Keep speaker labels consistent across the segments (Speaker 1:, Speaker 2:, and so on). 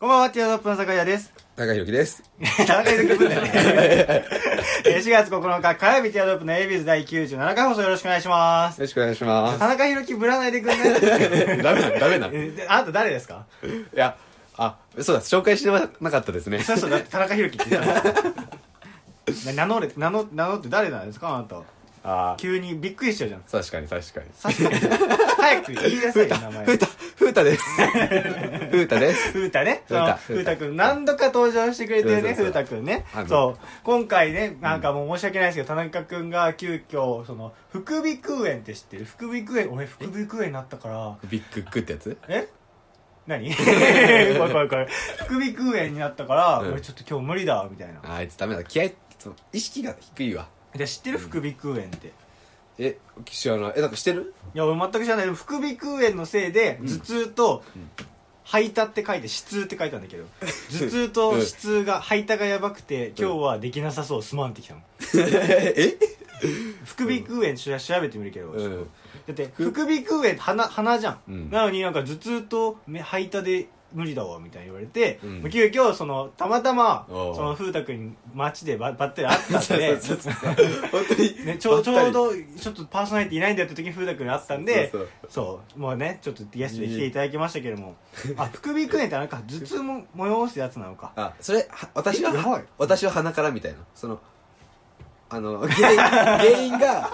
Speaker 1: こんばんは、ティアドロップの坂井です。
Speaker 2: 高弘樹です。
Speaker 1: 田中裕樹君だよ ね。えー4月9日火曜日ティアドロップのエイビーズ第97回放送よろしくお願いしま
Speaker 2: よ
Speaker 1: す。
Speaker 2: ろしくお願いしま
Speaker 1: 田中裕樹ぶらないでくんない
Speaker 2: す。ダメなのダメなのい
Speaker 1: えであなた誰ですか
Speaker 2: や、あ、そうだ、紹介してなかったですね。
Speaker 1: そうそう、だって田中裕樹って言ったのな名乗れ、名乗名乗って誰なんですかあなた。
Speaker 2: あ
Speaker 1: 急にびっくりしちゃうじゃん。
Speaker 2: ー確かに確かに。
Speaker 1: さっさと早く言いなさいよ、名前
Speaker 2: ふ。うた、ふう たです。ふうたです。
Speaker 1: ふうたね。そ
Speaker 2: ふう
Speaker 1: の
Speaker 2: た
Speaker 1: ふうたくん、何度か登場してくれてるね、
Speaker 2: そ
Speaker 1: ふ
Speaker 2: うそうそう
Speaker 1: うたくんね
Speaker 2: あ。の
Speaker 1: そう。今回ね、なんかもう申し訳ないですけど、田中くんが急遽、その、副鼻腔炎って知ってる副鼻腔炎、俺副鼻腔炎になったから、
Speaker 2: ビッグクってやつ
Speaker 1: え何 怖い怖い 怖い。副鼻腔炎になったから、
Speaker 2: うん
Speaker 1: 俺ちょっと今日無理だ、みたいな。
Speaker 2: ああいつダメだ。気合い、そう意識が低いわ。
Speaker 1: で、知ってる副鼻腔炎って。
Speaker 2: え、知らない。え、なんかし てる
Speaker 1: いや、俺全く知らない。副鼻腔炎のせいで、頭痛と、吐いたって書いて、死痛って書いたんだけど、頭痛と死痛が、吐いたがやばくて、今日はできなさそう、すまんってきたの。
Speaker 2: え
Speaker 1: 副鼻腔炎ちょ調べてみるけど、
Speaker 2: う
Speaker 1: ちょっ
Speaker 2: ん。
Speaker 1: とだって副鼻腔炎って鼻鼻じゃん、
Speaker 2: うん
Speaker 1: なのになんか頭痛と目吐いたで無理だわみたいに言われて、
Speaker 2: うん
Speaker 1: もう急遽そのたまたま
Speaker 2: おう
Speaker 1: その風太くんに街でばばったり会ったんで
Speaker 2: そうそうそうそう 本当に。
Speaker 1: ね、ちょうちょう
Speaker 2: ばっ
Speaker 1: どちょっとパーソナリティいないんだよって時に風太くんに会ったんで
Speaker 2: そうそう
Speaker 1: そうもうねちょっとゲストで来ていただきましたけども、あ副鼻腔炎ってなんか頭痛も催すやつなのか
Speaker 2: たり。あ、それ、は私は
Speaker 1: えやばい、
Speaker 2: 私は鼻からみたいな。その、あの、原因、 原因が、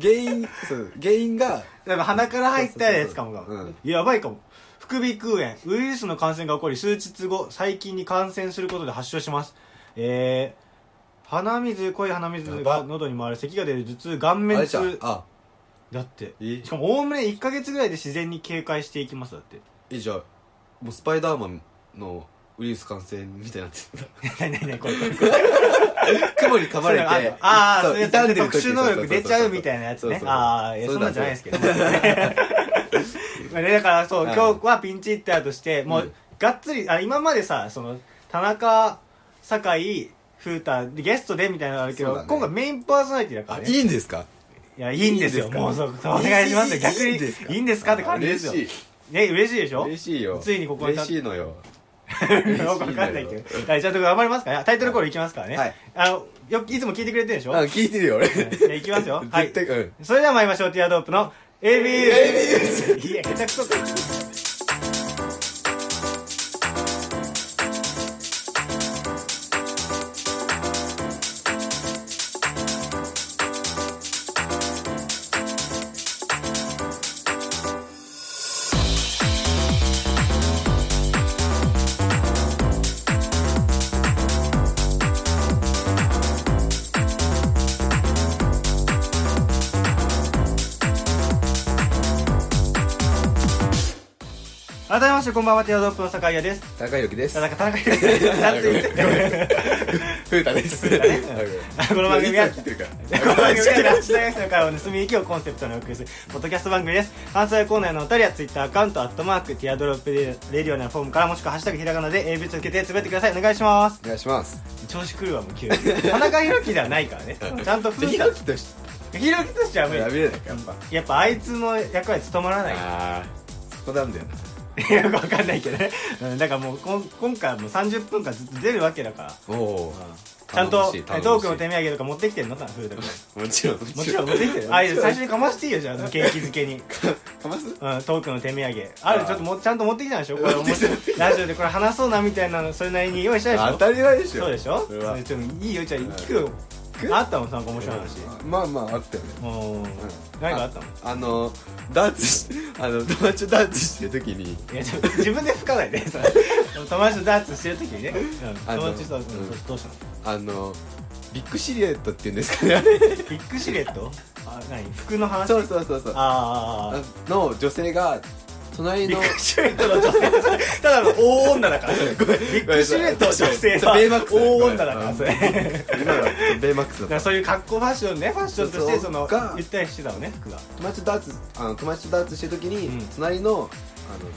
Speaker 2: 原因、そう、原因が、
Speaker 1: だから鼻から入ったやつかもかも、
Speaker 2: そうそうそう
Speaker 1: やばいかも副鼻腔炎ウイルスの感染が起こり数日後細菌に感染することで発症しますえー、鼻水濃い鼻水
Speaker 2: や
Speaker 1: が
Speaker 2: ば
Speaker 1: 喉に回る咳が出る頭痛顔
Speaker 2: あ
Speaker 1: 面
Speaker 2: れじゃん
Speaker 1: 痛
Speaker 2: あ、
Speaker 1: だって
Speaker 2: え
Speaker 1: しかもおおむね1ヶ月ぐらいで自然に警戒していきますだって
Speaker 2: えじゃあもうスパイダーマンのウイルス感染み たいになってる
Speaker 1: 何何何これこれ
Speaker 2: 雲に噛まれて
Speaker 1: それああ
Speaker 2: そ
Speaker 1: そうういう
Speaker 2: 傷んでる
Speaker 1: 特
Speaker 2: 時
Speaker 1: 殊能力出ちゃうみたいなやつ
Speaker 2: そう
Speaker 1: ね
Speaker 2: そうそう
Speaker 1: ああいやそん
Speaker 2: れだ
Speaker 1: なんじゃないですけどまあねだからそう
Speaker 2: はい
Speaker 1: 今日はピンチヒッターとしても
Speaker 2: う
Speaker 1: うんがっつりあ今までさその田中酒井風太でゲストでみたいなのあるけ
Speaker 2: そう
Speaker 1: ど
Speaker 2: だね
Speaker 1: 今回メインパーソナリティだから
Speaker 2: あ
Speaker 1: ね
Speaker 2: いいんですか
Speaker 1: いやいいんですよ
Speaker 2: いいんですか
Speaker 1: もうそうそうお願いしますよ
Speaker 2: いい
Speaker 1: 逆に
Speaker 2: いいんですか
Speaker 1: いいんですかって感じですよ
Speaker 2: 嬉し
Speaker 1: ね嬉しいでし
Speaker 2: い
Speaker 1: ょ
Speaker 2: 嬉しいよ
Speaker 1: ついにここに立
Speaker 2: 嬉
Speaker 1: って
Speaker 2: しいのよ
Speaker 1: よ くわかんないけど。はい、ちゃんと頑張りますからね。タイトルコールいきますからね。
Speaker 2: はい
Speaker 1: あの、よく、いつも聞いてくれてるでしょ
Speaker 2: あ
Speaker 1: はい。
Speaker 2: 聞いてるよ俺
Speaker 1: じゃあいきますよ。はい
Speaker 2: 絶。対うん
Speaker 1: それでは参りましょう。ティアドープの ABU。いや、下手くそか。改めまして、こんばんは。ティアドープの酒井です。
Speaker 2: 高弘樹です
Speaker 1: 田中、田中裕 樹です。ちゃんと言って。
Speaker 2: ふうたです
Speaker 1: 風太ねこの番組は
Speaker 2: 聞いてるか
Speaker 1: この番組はランチ大学生からの盗み行きをコンセプトにお送りするポッドキャスト番組 です関西コーナーのお二人はツイッターアカウントアットマークティアドロップレディオのフォームからもしくはハッシュタグひらがなで AB つけてつぶやいてくださいお願いします
Speaker 2: お願いします
Speaker 1: 調子狂うわもう急 に田中宏樹ではないからねちゃんと
Speaker 2: じゃあ
Speaker 1: 風
Speaker 2: ひ
Speaker 1: 太
Speaker 2: ろきとし
Speaker 1: 宏樹としては無
Speaker 2: てや
Speaker 1: 理
Speaker 2: めれないかやっぱ
Speaker 1: やっぱあいつの役割務まらない
Speaker 2: ああそこなんだよな
Speaker 1: よくわかんないけどね、うん、だからもうこん今回はもう30分間ずっと出るわけだから、
Speaker 2: おお
Speaker 1: うんちゃんと
Speaker 2: 頼もしい
Speaker 1: えトークの手土産とか持ってきてんのかな風太君
Speaker 2: もちろんも
Speaker 1: もちろん持ってきてるあいや最初にかましていいよじゃあ景気づけ に
Speaker 2: かます
Speaker 1: うん、トークの手土産ある
Speaker 2: あー
Speaker 1: ちょっともちゃん と持ってきたんでしょこれ面白いラジオでこれ話そうなみたいなのそれなりに用意したでし
Speaker 2: 当
Speaker 1: ょ
Speaker 2: たり前でしょ
Speaker 1: そうでしょ
Speaker 2: それは
Speaker 1: ちょっといいよじゃあ聞くよあったもんなんか面白い話
Speaker 2: まあまああったよね
Speaker 1: うん
Speaker 2: ん
Speaker 1: 何かあったの
Speaker 2: あのダーツしあの友達とダーツしてる時に
Speaker 1: いやちょっと自分で吹かないでそれ友達とダーツしてる時にねうん
Speaker 2: あの
Speaker 1: 友達とうん
Speaker 2: うん
Speaker 1: どうしたの
Speaker 2: あのビッグシルエットっていうんですかねあれ
Speaker 1: ビッグシルエットあ何服の話
Speaker 2: そうそうそうそう
Speaker 1: あーあーあ
Speaker 2: の女性が隣
Speaker 1: ービ
Speaker 2: の
Speaker 1: ッグシルエットの女性ただの大女だ からビッグシルエットの女性
Speaker 2: そうベイマッ
Speaker 1: は
Speaker 2: クス
Speaker 1: 大女だから
Speaker 2: うん
Speaker 1: それ
Speaker 2: 今のベイマックス
Speaker 1: だ
Speaker 2: だっ
Speaker 1: か
Speaker 2: た
Speaker 1: らそういう格好ファッションねファッションとして
Speaker 2: そ
Speaker 1: そうの
Speaker 2: が
Speaker 1: ゆったりしてたのね服が
Speaker 2: 友達とダーツあの友達とダーツしてる時に、
Speaker 1: うん
Speaker 2: 隣のあの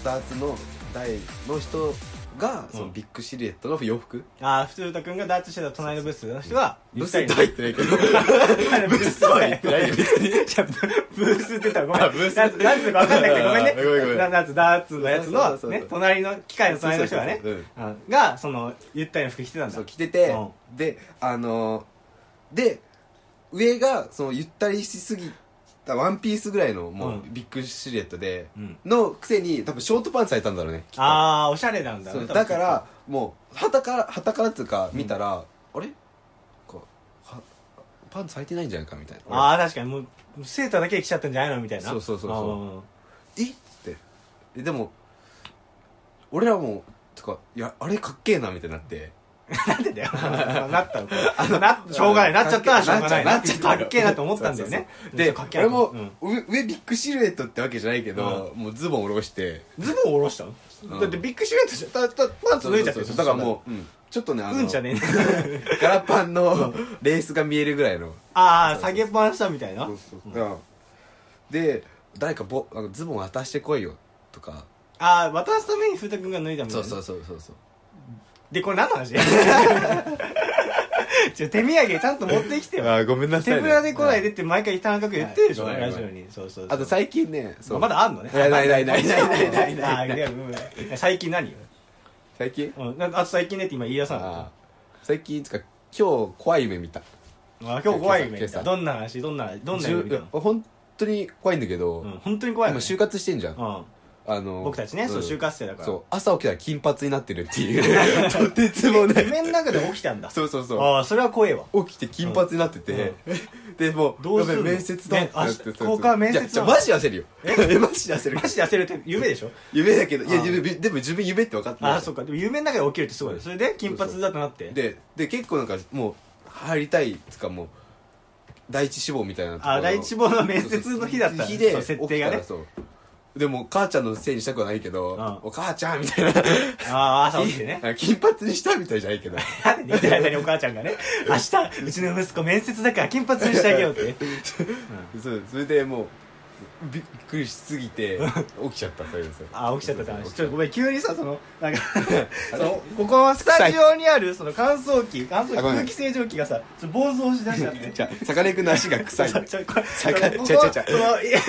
Speaker 2: ダーツの台の人がその
Speaker 1: うん
Speaker 2: ビッグシルエットの洋服
Speaker 1: ああ普通太くんがダーツしてた隣のブースの人は
Speaker 2: ブスと
Speaker 1: ブ
Speaker 2: は言ってないけど ブスとは言ってないよ別に
Speaker 1: じゃあブブースって言ったらごめん
Speaker 2: あブース
Speaker 1: ダーツダーツか分かんないけどごめんね
Speaker 2: あーごめんごめん
Speaker 1: ダダーツダーツのやつ
Speaker 2: そうそうそ
Speaker 1: の
Speaker 2: うそう
Speaker 1: ね隣の機械の隣の人がね
Speaker 2: そうそう
Speaker 1: うんがそのゆったりの服着てたんだ
Speaker 2: そう着てて、
Speaker 1: う
Speaker 2: であのーで上がそのゆったりしすぎたワンピースぐらいのもう
Speaker 1: うん
Speaker 2: ビッグシルエットで、
Speaker 1: うん
Speaker 2: のくせに多分ショートパンツ履いたんだろうねきっと
Speaker 1: ああおしゃれなんだ
Speaker 2: そう
Speaker 1: ね
Speaker 2: だからもうはたからはたからっていうか見たら、あれこうはパンツ履いてないんじゃないかみたいな
Speaker 1: ああ確かにもうセーターだけで着ちゃったんじゃないのみたいな
Speaker 2: そうそうそうそう
Speaker 1: そ
Speaker 2: えってえでも俺らもとかいやあれかっけえなみたいになって
Speaker 1: なんでだ よなったのこれなしょうがないなっちゃったらしょうがない
Speaker 2: なっちゃった
Speaker 1: かっけえなと思ったんだよね
Speaker 2: そうそうそうで
Speaker 1: かっけえ
Speaker 2: 俺
Speaker 1: な
Speaker 2: も
Speaker 1: うん
Speaker 2: 上上ビッグシルエットってわけじゃないけどもうズボン下ろして
Speaker 1: ズボン下ろしたの、
Speaker 2: うん
Speaker 1: だってビッグシルエットじゃたたパンツ脱いじゃってる
Speaker 2: そうそうそうだからもううんちょっとねあ
Speaker 1: ううんじゃ
Speaker 2: の
Speaker 1: ねえ
Speaker 2: ガラパンのレースが見えるぐらいの
Speaker 1: ああ下げっぱなしたみたいな
Speaker 2: そうそううんで誰かボあのズボン渡してこいよとか
Speaker 1: ああ渡すために風太くんが脱いだみたいな
Speaker 2: そうそうそう
Speaker 1: でこれ何の 話ちょ手土産ちゃんと持ってきてよ
Speaker 2: あーごめんなさ
Speaker 1: 手
Speaker 2: いね
Speaker 1: ぶらで来ないでって毎回田中君言ってるでしょ、
Speaker 2: はい
Speaker 1: ラジオにそうそうそう
Speaker 2: あと最近ね
Speaker 1: まあまだあんのね
Speaker 2: いやないないないないないない
Speaker 1: あー
Speaker 2: ない
Speaker 1: いやうん最近何よ、
Speaker 2: 最近
Speaker 1: うん、なんかあと最近ねって今言い出さなかった
Speaker 2: あー最近つか今日怖い夢見た
Speaker 1: あ今日怖い夢
Speaker 2: 今
Speaker 1: 見た
Speaker 2: 朝
Speaker 1: どんな話どんなどんな夢見たの
Speaker 2: じゅ本当に怖いんだけど、
Speaker 1: うん本当に怖い
Speaker 2: 今
Speaker 1: 夢
Speaker 2: 就活してんじゃん、
Speaker 1: うん
Speaker 2: あの
Speaker 1: 僕たちね、そう就活生だ
Speaker 2: だ
Speaker 1: から
Speaker 2: そう朝起きたら金髪になってるっていう とてつもな
Speaker 1: 夢
Speaker 2: い
Speaker 1: の中で起きたんだ
Speaker 2: そうそうそ
Speaker 1: ああそれは怖えわ
Speaker 2: う起きて金髪になってて、でもう
Speaker 1: どうすんの
Speaker 2: やべえ面接だ
Speaker 1: ね
Speaker 2: ってなって
Speaker 1: あ交換面接
Speaker 2: いやじゃあ
Speaker 1: なの
Speaker 2: マジ焦るよえ マジ焦る
Speaker 1: マジで焦るって夢でしょ
Speaker 2: 夢だけどいや
Speaker 1: あー
Speaker 2: 夢でも自分夢って分かって
Speaker 1: あ
Speaker 2: ない
Speaker 1: あそうかでも夢の中で起きるってすごいねそれで金髪だとなって
Speaker 2: でで結構なんかもう入りたいつかもう第一志望みたいなところ
Speaker 1: ああ第一望の面接の日だった
Speaker 2: 日
Speaker 1: ん
Speaker 2: で
Speaker 1: そう設定が
Speaker 2: 起
Speaker 1: ね
Speaker 2: きたらそうでも母ちゃんのせいにしたくはないけど、
Speaker 1: ん
Speaker 2: お母ちゃんみたいな
Speaker 1: ああ朝起きて ね
Speaker 2: 金髪にしたみたいじゃないけど
Speaker 1: なんで寝てる間にお母ちゃんがね明日うちの息子面接だから金髪にしてあげようって
Speaker 2: そうそれでもうびっくりしすぎて起きちゃったそういうのそう
Speaker 1: あ起きちゃったって話
Speaker 2: そう
Speaker 1: ちょっとご
Speaker 2: そう
Speaker 1: めん急にさそのなん かそのここはスタジオにあるその乾燥機乾燥機
Speaker 2: あごめん
Speaker 1: 空気清浄機がさちょっと暴走しだしちゃって
Speaker 2: じゃあさかねくんの足が臭 い
Speaker 1: ちょちょこれ
Speaker 2: さか
Speaker 1: ここ
Speaker 2: ちゃちゃちゃ
Speaker 1: そのいや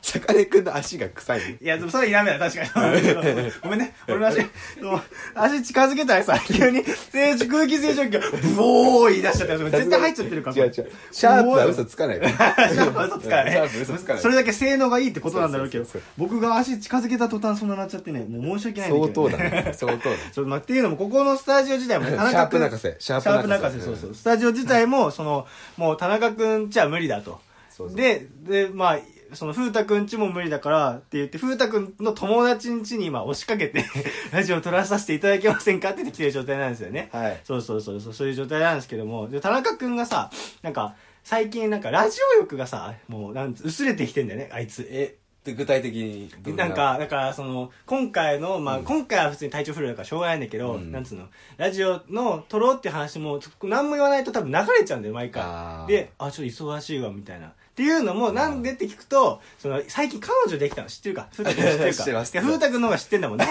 Speaker 2: さかねくんの足が臭い
Speaker 1: いやでもそれはやめだ確か にごめんね俺の足その足近づけたらさ急に清浄空気清浄機がブオー言い出しちゃった絶対入っちゃってるから
Speaker 2: 違う違うシャープは嘘つかないから
Speaker 1: シャープは嘘つかない
Speaker 2: シャープ嘘つかない
Speaker 1: それだけ性能がいいってことなんだろうけど
Speaker 2: そうそうそ
Speaker 1: 僕が足近づけた途端そんななっちゃってねもう申し訳ないんだ
Speaker 2: 相
Speaker 1: けど
Speaker 2: 当
Speaker 1: ね
Speaker 2: だね相当だね
Speaker 1: そうまあ、っていうのもここのスタジオ自体もね
Speaker 2: うん
Speaker 1: 田中君
Speaker 2: シャープ泣かせシャープ泣かせ
Speaker 1: シャープ泣かせそうそう、
Speaker 2: う
Speaker 1: スタジオ自体もそのもう田中君じゃ無理だと
Speaker 2: そうそう
Speaker 1: ででまあその風太くんちも無理だからって言って風太くんの友達んちに今押しかけ てラジオ撮らさせていただけませんかって言ってきてる状態なんですよね
Speaker 2: はい
Speaker 1: そうそうそうそうそういう状態なんですけどもで田中君がさなんか最近なんかラジオ欲がさもうなんつ薄れてきてんだよねあいつ
Speaker 2: えで具体的にど
Speaker 1: なんかだからその今回の、まあ今回は普通に体調不良だからしょうがないんだけど、
Speaker 2: うん
Speaker 1: なんつうのラジオの撮ろうって話もつ何も言わないと多分流れちゃうんだよ毎
Speaker 2: あ
Speaker 1: 回
Speaker 2: ー
Speaker 1: であちょっと忙しいわみたいなっていうのもなんでって聞くとその最近彼女できたの知って るか風太くん知ってる
Speaker 2: 知って
Speaker 1: か
Speaker 2: ます
Speaker 1: いや風太くんの方が知ってんだ もんね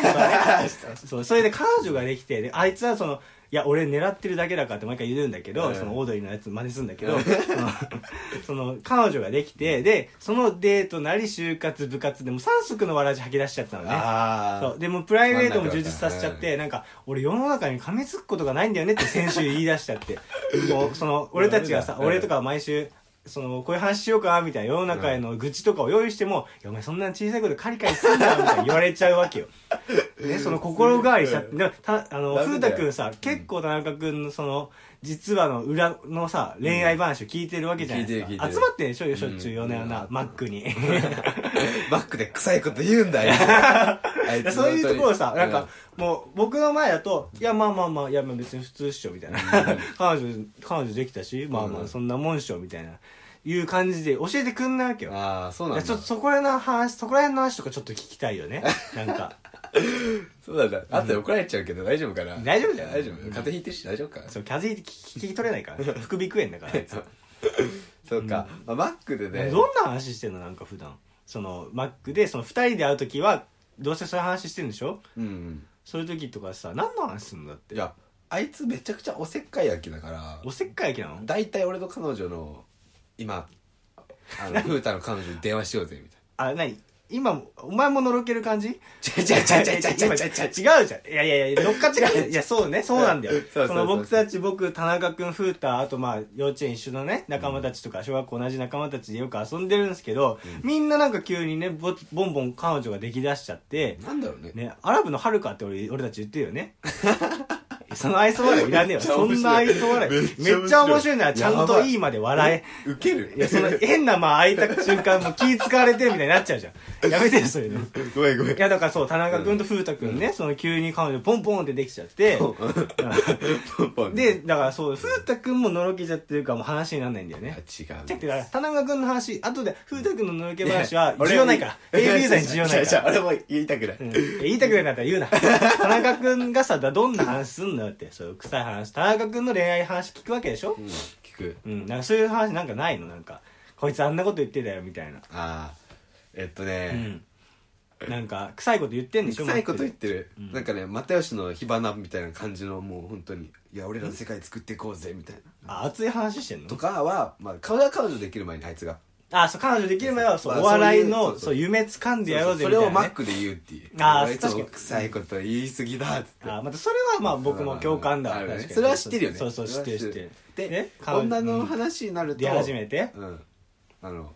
Speaker 1: そうそれで彼女ができてであいつはそのいや俺狙ってるだけだからって毎回言うんだけど、
Speaker 2: うん
Speaker 1: そのオードリーのやつ真似するんだけど、 そのその彼女ができてでそのデートなり就活部活でも3足のわらじ吐き出しちゃったのね
Speaker 2: あ
Speaker 1: そ
Speaker 2: あ
Speaker 1: うでもうプライベートも充実させちゃってなんか俺世の中に噛みつくことがないんだよねって先週言い出しちゃってもうその俺たちがさ
Speaker 2: ダメだ
Speaker 1: 俺とかは毎週そのこういう話しようかみたいな世の中への愚痴とかを用意しても「いやお前そんな小さいことカリカリすんな」みたいな言われちゃうわけよ。ね、その心変わりしちゃって、でもたあの
Speaker 2: ダ
Speaker 1: 風
Speaker 2: メだ
Speaker 1: 太
Speaker 2: よ
Speaker 1: くんさ結構田中くんのその実はの裏のさ恋愛話を聞いてるわけじゃないですか、
Speaker 2: 聞いてる聞いてる
Speaker 1: 集まってんでしょしょっちゅうよなよな、マック に
Speaker 2: バックで臭いこと言うん だよあいつ
Speaker 1: そういうところさ
Speaker 2: 本当
Speaker 1: な
Speaker 2: に
Speaker 1: んかもう僕の前だと「いやまあまあまあいやまあ別に普通っしょ」みたいな「彼女彼女できたしまあま
Speaker 2: う
Speaker 1: あ
Speaker 2: ん
Speaker 1: そんなもんっしょ」みたいないう感じで教えてくんないわけ
Speaker 2: うん
Speaker 1: よ
Speaker 2: ああそう
Speaker 1: い
Speaker 2: なん
Speaker 1: や
Speaker 2: だ
Speaker 1: ちょっとそこら辺の話そこら辺の話とかちょっと聞きたいよねなんか
Speaker 2: そうなんだあったら怒られちゃうけど大丈夫かな
Speaker 1: 大丈夫だよ
Speaker 2: 大丈夫風邪ひいてるし大丈夫か
Speaker 1: そう風邪ひいて聞き取れないから副鼻腔炎だからあいつ
Speaker 2: そうかまあマックでね
Speaker 1: どんな話してんのなんか普段そのマックでその2人で会う時はどうせそういう話してるんでしょ
Speaker 2: うん
Speaker 1: そういう時とかさ何の話すんのだって
Speaker 2: いやあいつめちゃくちゃおせっかいやっけだから
Speaker 1: おせっかいやけなの
Speaker 2: 大体俺の彼女の今あの風太の彼女に電話しようぜみたい
Speaker 1: あ何今もお前ものろける感じ
Speaker 2: なちゃちゃちゃちゃちゃちゃちゃ
Speaker 1: 違うじゃんいやいやいや乗っかってるいやそうねそうなんだよ
Speaker 2: そうそうそう
Speaker 1: その僕たち僕田中君風太あとまあ幼稚園一緒のね仲間たちとか小学校同じ仲間たちでよく遊んでるんですけど、みんななんか急にねぼボンボン彼女ができだしちゃって、
Speaker 2: なんだろうね
Speaker 1: ねアラブの春かって俺俺たち言ってるよねその愛想笑いいらねえわ
Speaker 2: めっちゃ
Speaker 1: そ
Speaker 2: 面白い
Speaker 1: んな愛想笑い
Speaker 2: めっちゃ面白い
Speaker 1: めっちゃ面白いならちゃん
Speaker 2: や
Speaker 1: と
Speaker 2: ばい
Speaker 1: いいまで笑え
Speaker 2: ウケる
Speaker 1: いや、その変な間空いた瞬間、もう気使われてるみたいになっちゃうじゃん。やめてよ、そういうの。い
Speaker 2: ごめんごめん
Speaker 1: や、だからそう、田中君と風太君ね、その急に彼女ポンポンってできちゃって、
Speaker 2: ポンポン
Speaker 1: で、だからそう、風太君ものろけちゃってるからもう話にならないんだよ
Speaker 2: いや
Speaker 1: ね。
Speaker 2: 違う
Speaker 1: だってだから、田中君の話、後で風太君ののろけ話はい
Speaker 2: や
Speaker 1: 需要ないから。AB さんに需要 ないから。
Speaker 2: 俺も言いたくない、
Speaker 1: うんいや言いたくないんだったら言うな田中君がさだどんな話すんのよってそういう臭い話田中君の恋愛話聞くわけでしょ
Speaker 2: うん聞く
Speaker 1: うん、なんかそういう話なんかないのなんかこいつあんなこと言ってたよみたいな
Speaker 2: ああえっと
Speaker 1: う
Speaker 2: ね、
Speaker 1: んなんか臭いこと言ってんでしょ
Speaker 2: 臭いこと言ってる、
Speaker 1: うん
Speaker 2: なんかね又吉の火花みたいな感じのもう本当にいや俺らの世界作っていこうぜみたいな、
Speaker 1: あ熱い話してん
Speaker 2: と
Speaker 1: の
Speaker 2: かは、まあ、彼女彼女できる前にあいつが
Speaker 1: あそう彼女できる前はそう、
Speaker 2: まあ
Speaker 1: お笑い
Speaker 2: そうい
Speaker 1: の
Speaker 2: うそう
Speaker 1: そう夢掴んでやろうぜ
Speaker 2: そ
Speaker 1: み
Speaker 2: れ
Speaker 1: たいな、ね、
Speaker 2: をマックで言うっていう
Speaker 1: あー
Speaker 2: 俺いつも
Speaker 1: 確かに
Speaker 2: 臭いこと言い過ぎだっつって
Speaker 1: あまたそれはまあ僕も共感だわ
Speaker 2: あるね
Speaker 1: 確かに
Speaker 2: それは知ってるよね
Speaker 1: そうそう知ってる知ってる
Speaker 2: で、
Speaker 1: ね彼女
Speaker 2: 女の話になると
Speaker 1: 出始めて
Speaker 2: うんあの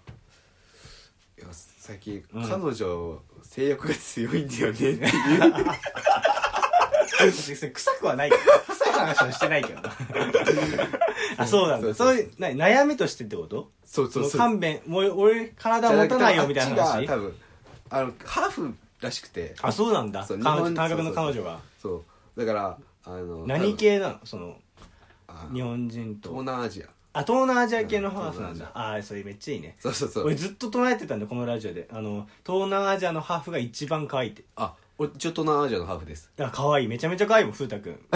Speaker 2: いや最近、
Speaker 1: うん
Speaker 2: 彼女性欲が強いんだよねっていう
Speaker 1: 臭くはない けど臭い話はしてないけどあそうなんだ
Speaker 2: そう
Speaker 1: そ
Speaker 2: そうう
Speaker 1: いうな悩みとしてってこと
Speaker 2: そうそう
Speaker 1: そ
Speaker 2: そう
Speaker 1: の勘弁もう俺体持たないよみたいな
Speaker 2: あっ
Speaker 1: 話
Speaker 2: ちが多分あのハーフらしくて
Speaker 1: あそうなんだ
Speaker 2: そう
Speaker 1: 彼
Speaker 2: 日
Speaker 1: 女
Speaker 2: 本
Speaker 1: 田中君の
Speaker 2: そう
Speaker 1: 彼
Speaker 2: そ
Speaker 1: 女
Speaker 2: うそう
Speaker 1: が
Speaker 2: そうだからあの
Speaker 1: 何系なのその
Speaker 2: 多分あ
Speaker 1: 日本人と
Speaker 2: 東南アジア
Speaker 1: あ東南アジア系のハーフなん
Speaker 2: うん東南
Speaker 1: だああそれめっちゃいいね
Speaker 2: そうそうそ
Speaker 1: 俺
Speaker 2: う
Speaker 1: ずっと唱えてたんだこのラジオであの東南アジアのハーフが一番可愛いって
Speaker 2: あ俺一応東南アジアのハーフです
Speaker 1: だから可愛いめちゃめちゃ可愛いもん風太くん、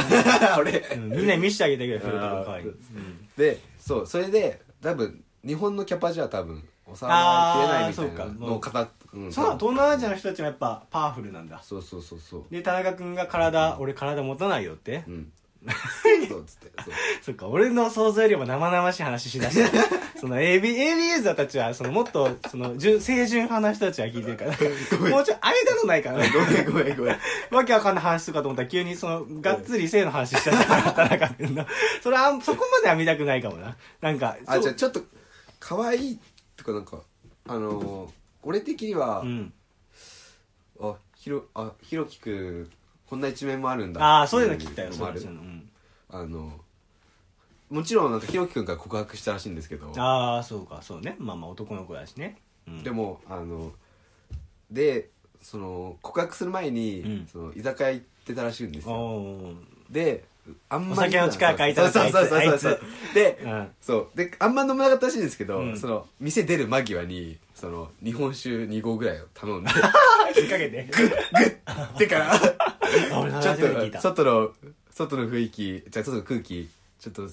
Speaker 2: 俺
Speaker 1: うん、みんなに見せてあげたけど風太くん可愛い、
Speaker 2: あー
Speaker 1: うん
Speaker 2: でそうそれで多分日本のキャパじゃ多分収まりきれな
Speaker 1: あ
Speaker 2: いみたいな
Speaker 1: ーそうか
Speaker 2: のを語っうん
Speaker 1: そうなの東南アジアの人たちもやっぱパワフルなんだ
Speaker 2: そうそうそうそう
Speaker 1: で田中君が体俺体持たないよって、
Speaker 2: うん そうっつってそう
Speaker 1: そっか俺の想像よりも生々しい話しだしたその AB AB ユーザーたちはそのもっとその純清純派な人たちは聞いてるからもうちょい間のないから
Speaker 2: ごめんごめ んごめん
Speaker 1: わけわかんない話とかと思ったら急にその、がっつり性の話しちゃったから、田中君の。それはあん、そこまでは見たくないかもな。なんか、
Speaker 2: あじゃあ
Speaker 1: ち
Speaker 2: ちょっと可愛いとかなんかあのー俺的に
Speaker 1: ょ
Speaker 2: は、
Speaker 1: うん。
Speaker 2: あひろあひろきくんこんな一面もあるんだ
Speaker 1: ああ、そういうの聞きたよ、
Speaker 2: って
Speaker 1: そういうの
Speaker 2: もある
Speaker 1: そういうの。うん
Speaker 2: あのもちろんなんかひろきくんから告白したらしいんですけど
Speaker 1: ああ、そうか、そうね。まあまあ男の子だしね。うん
Speaker 2: でもあのでその告白する前に、
Speaker 1: うん
Speaker 2: その居酒屋行ってたらしいんですよ
Speaker 1: おー
Speaker 2: であんま
Speaker 1: お酒の力借りた
Speaker 2: そう
Speaker 1: らしい
Speaker 2: そうそうそうそう
Speaker 1: あいつ
Speaker 2: で、
Speaker 1: うん
Speaker 2: そうであんま飲まなかったらしいんですけど、
Speaker 1: うん
Speaker 2: その店出る間際にその日本酒2合ぐらいを頼 んで
Speaker 1: あー引っ掛けて。
Speaker 2: でから
Speaker 1: あ 俺
Speaker 2: ちょっ
Speaker 1: 初めて聞い
Speaker 2: と
Speaker 1: た。
Speaker 2: 外の外の雰囲気じゃあ外の空気ちょっと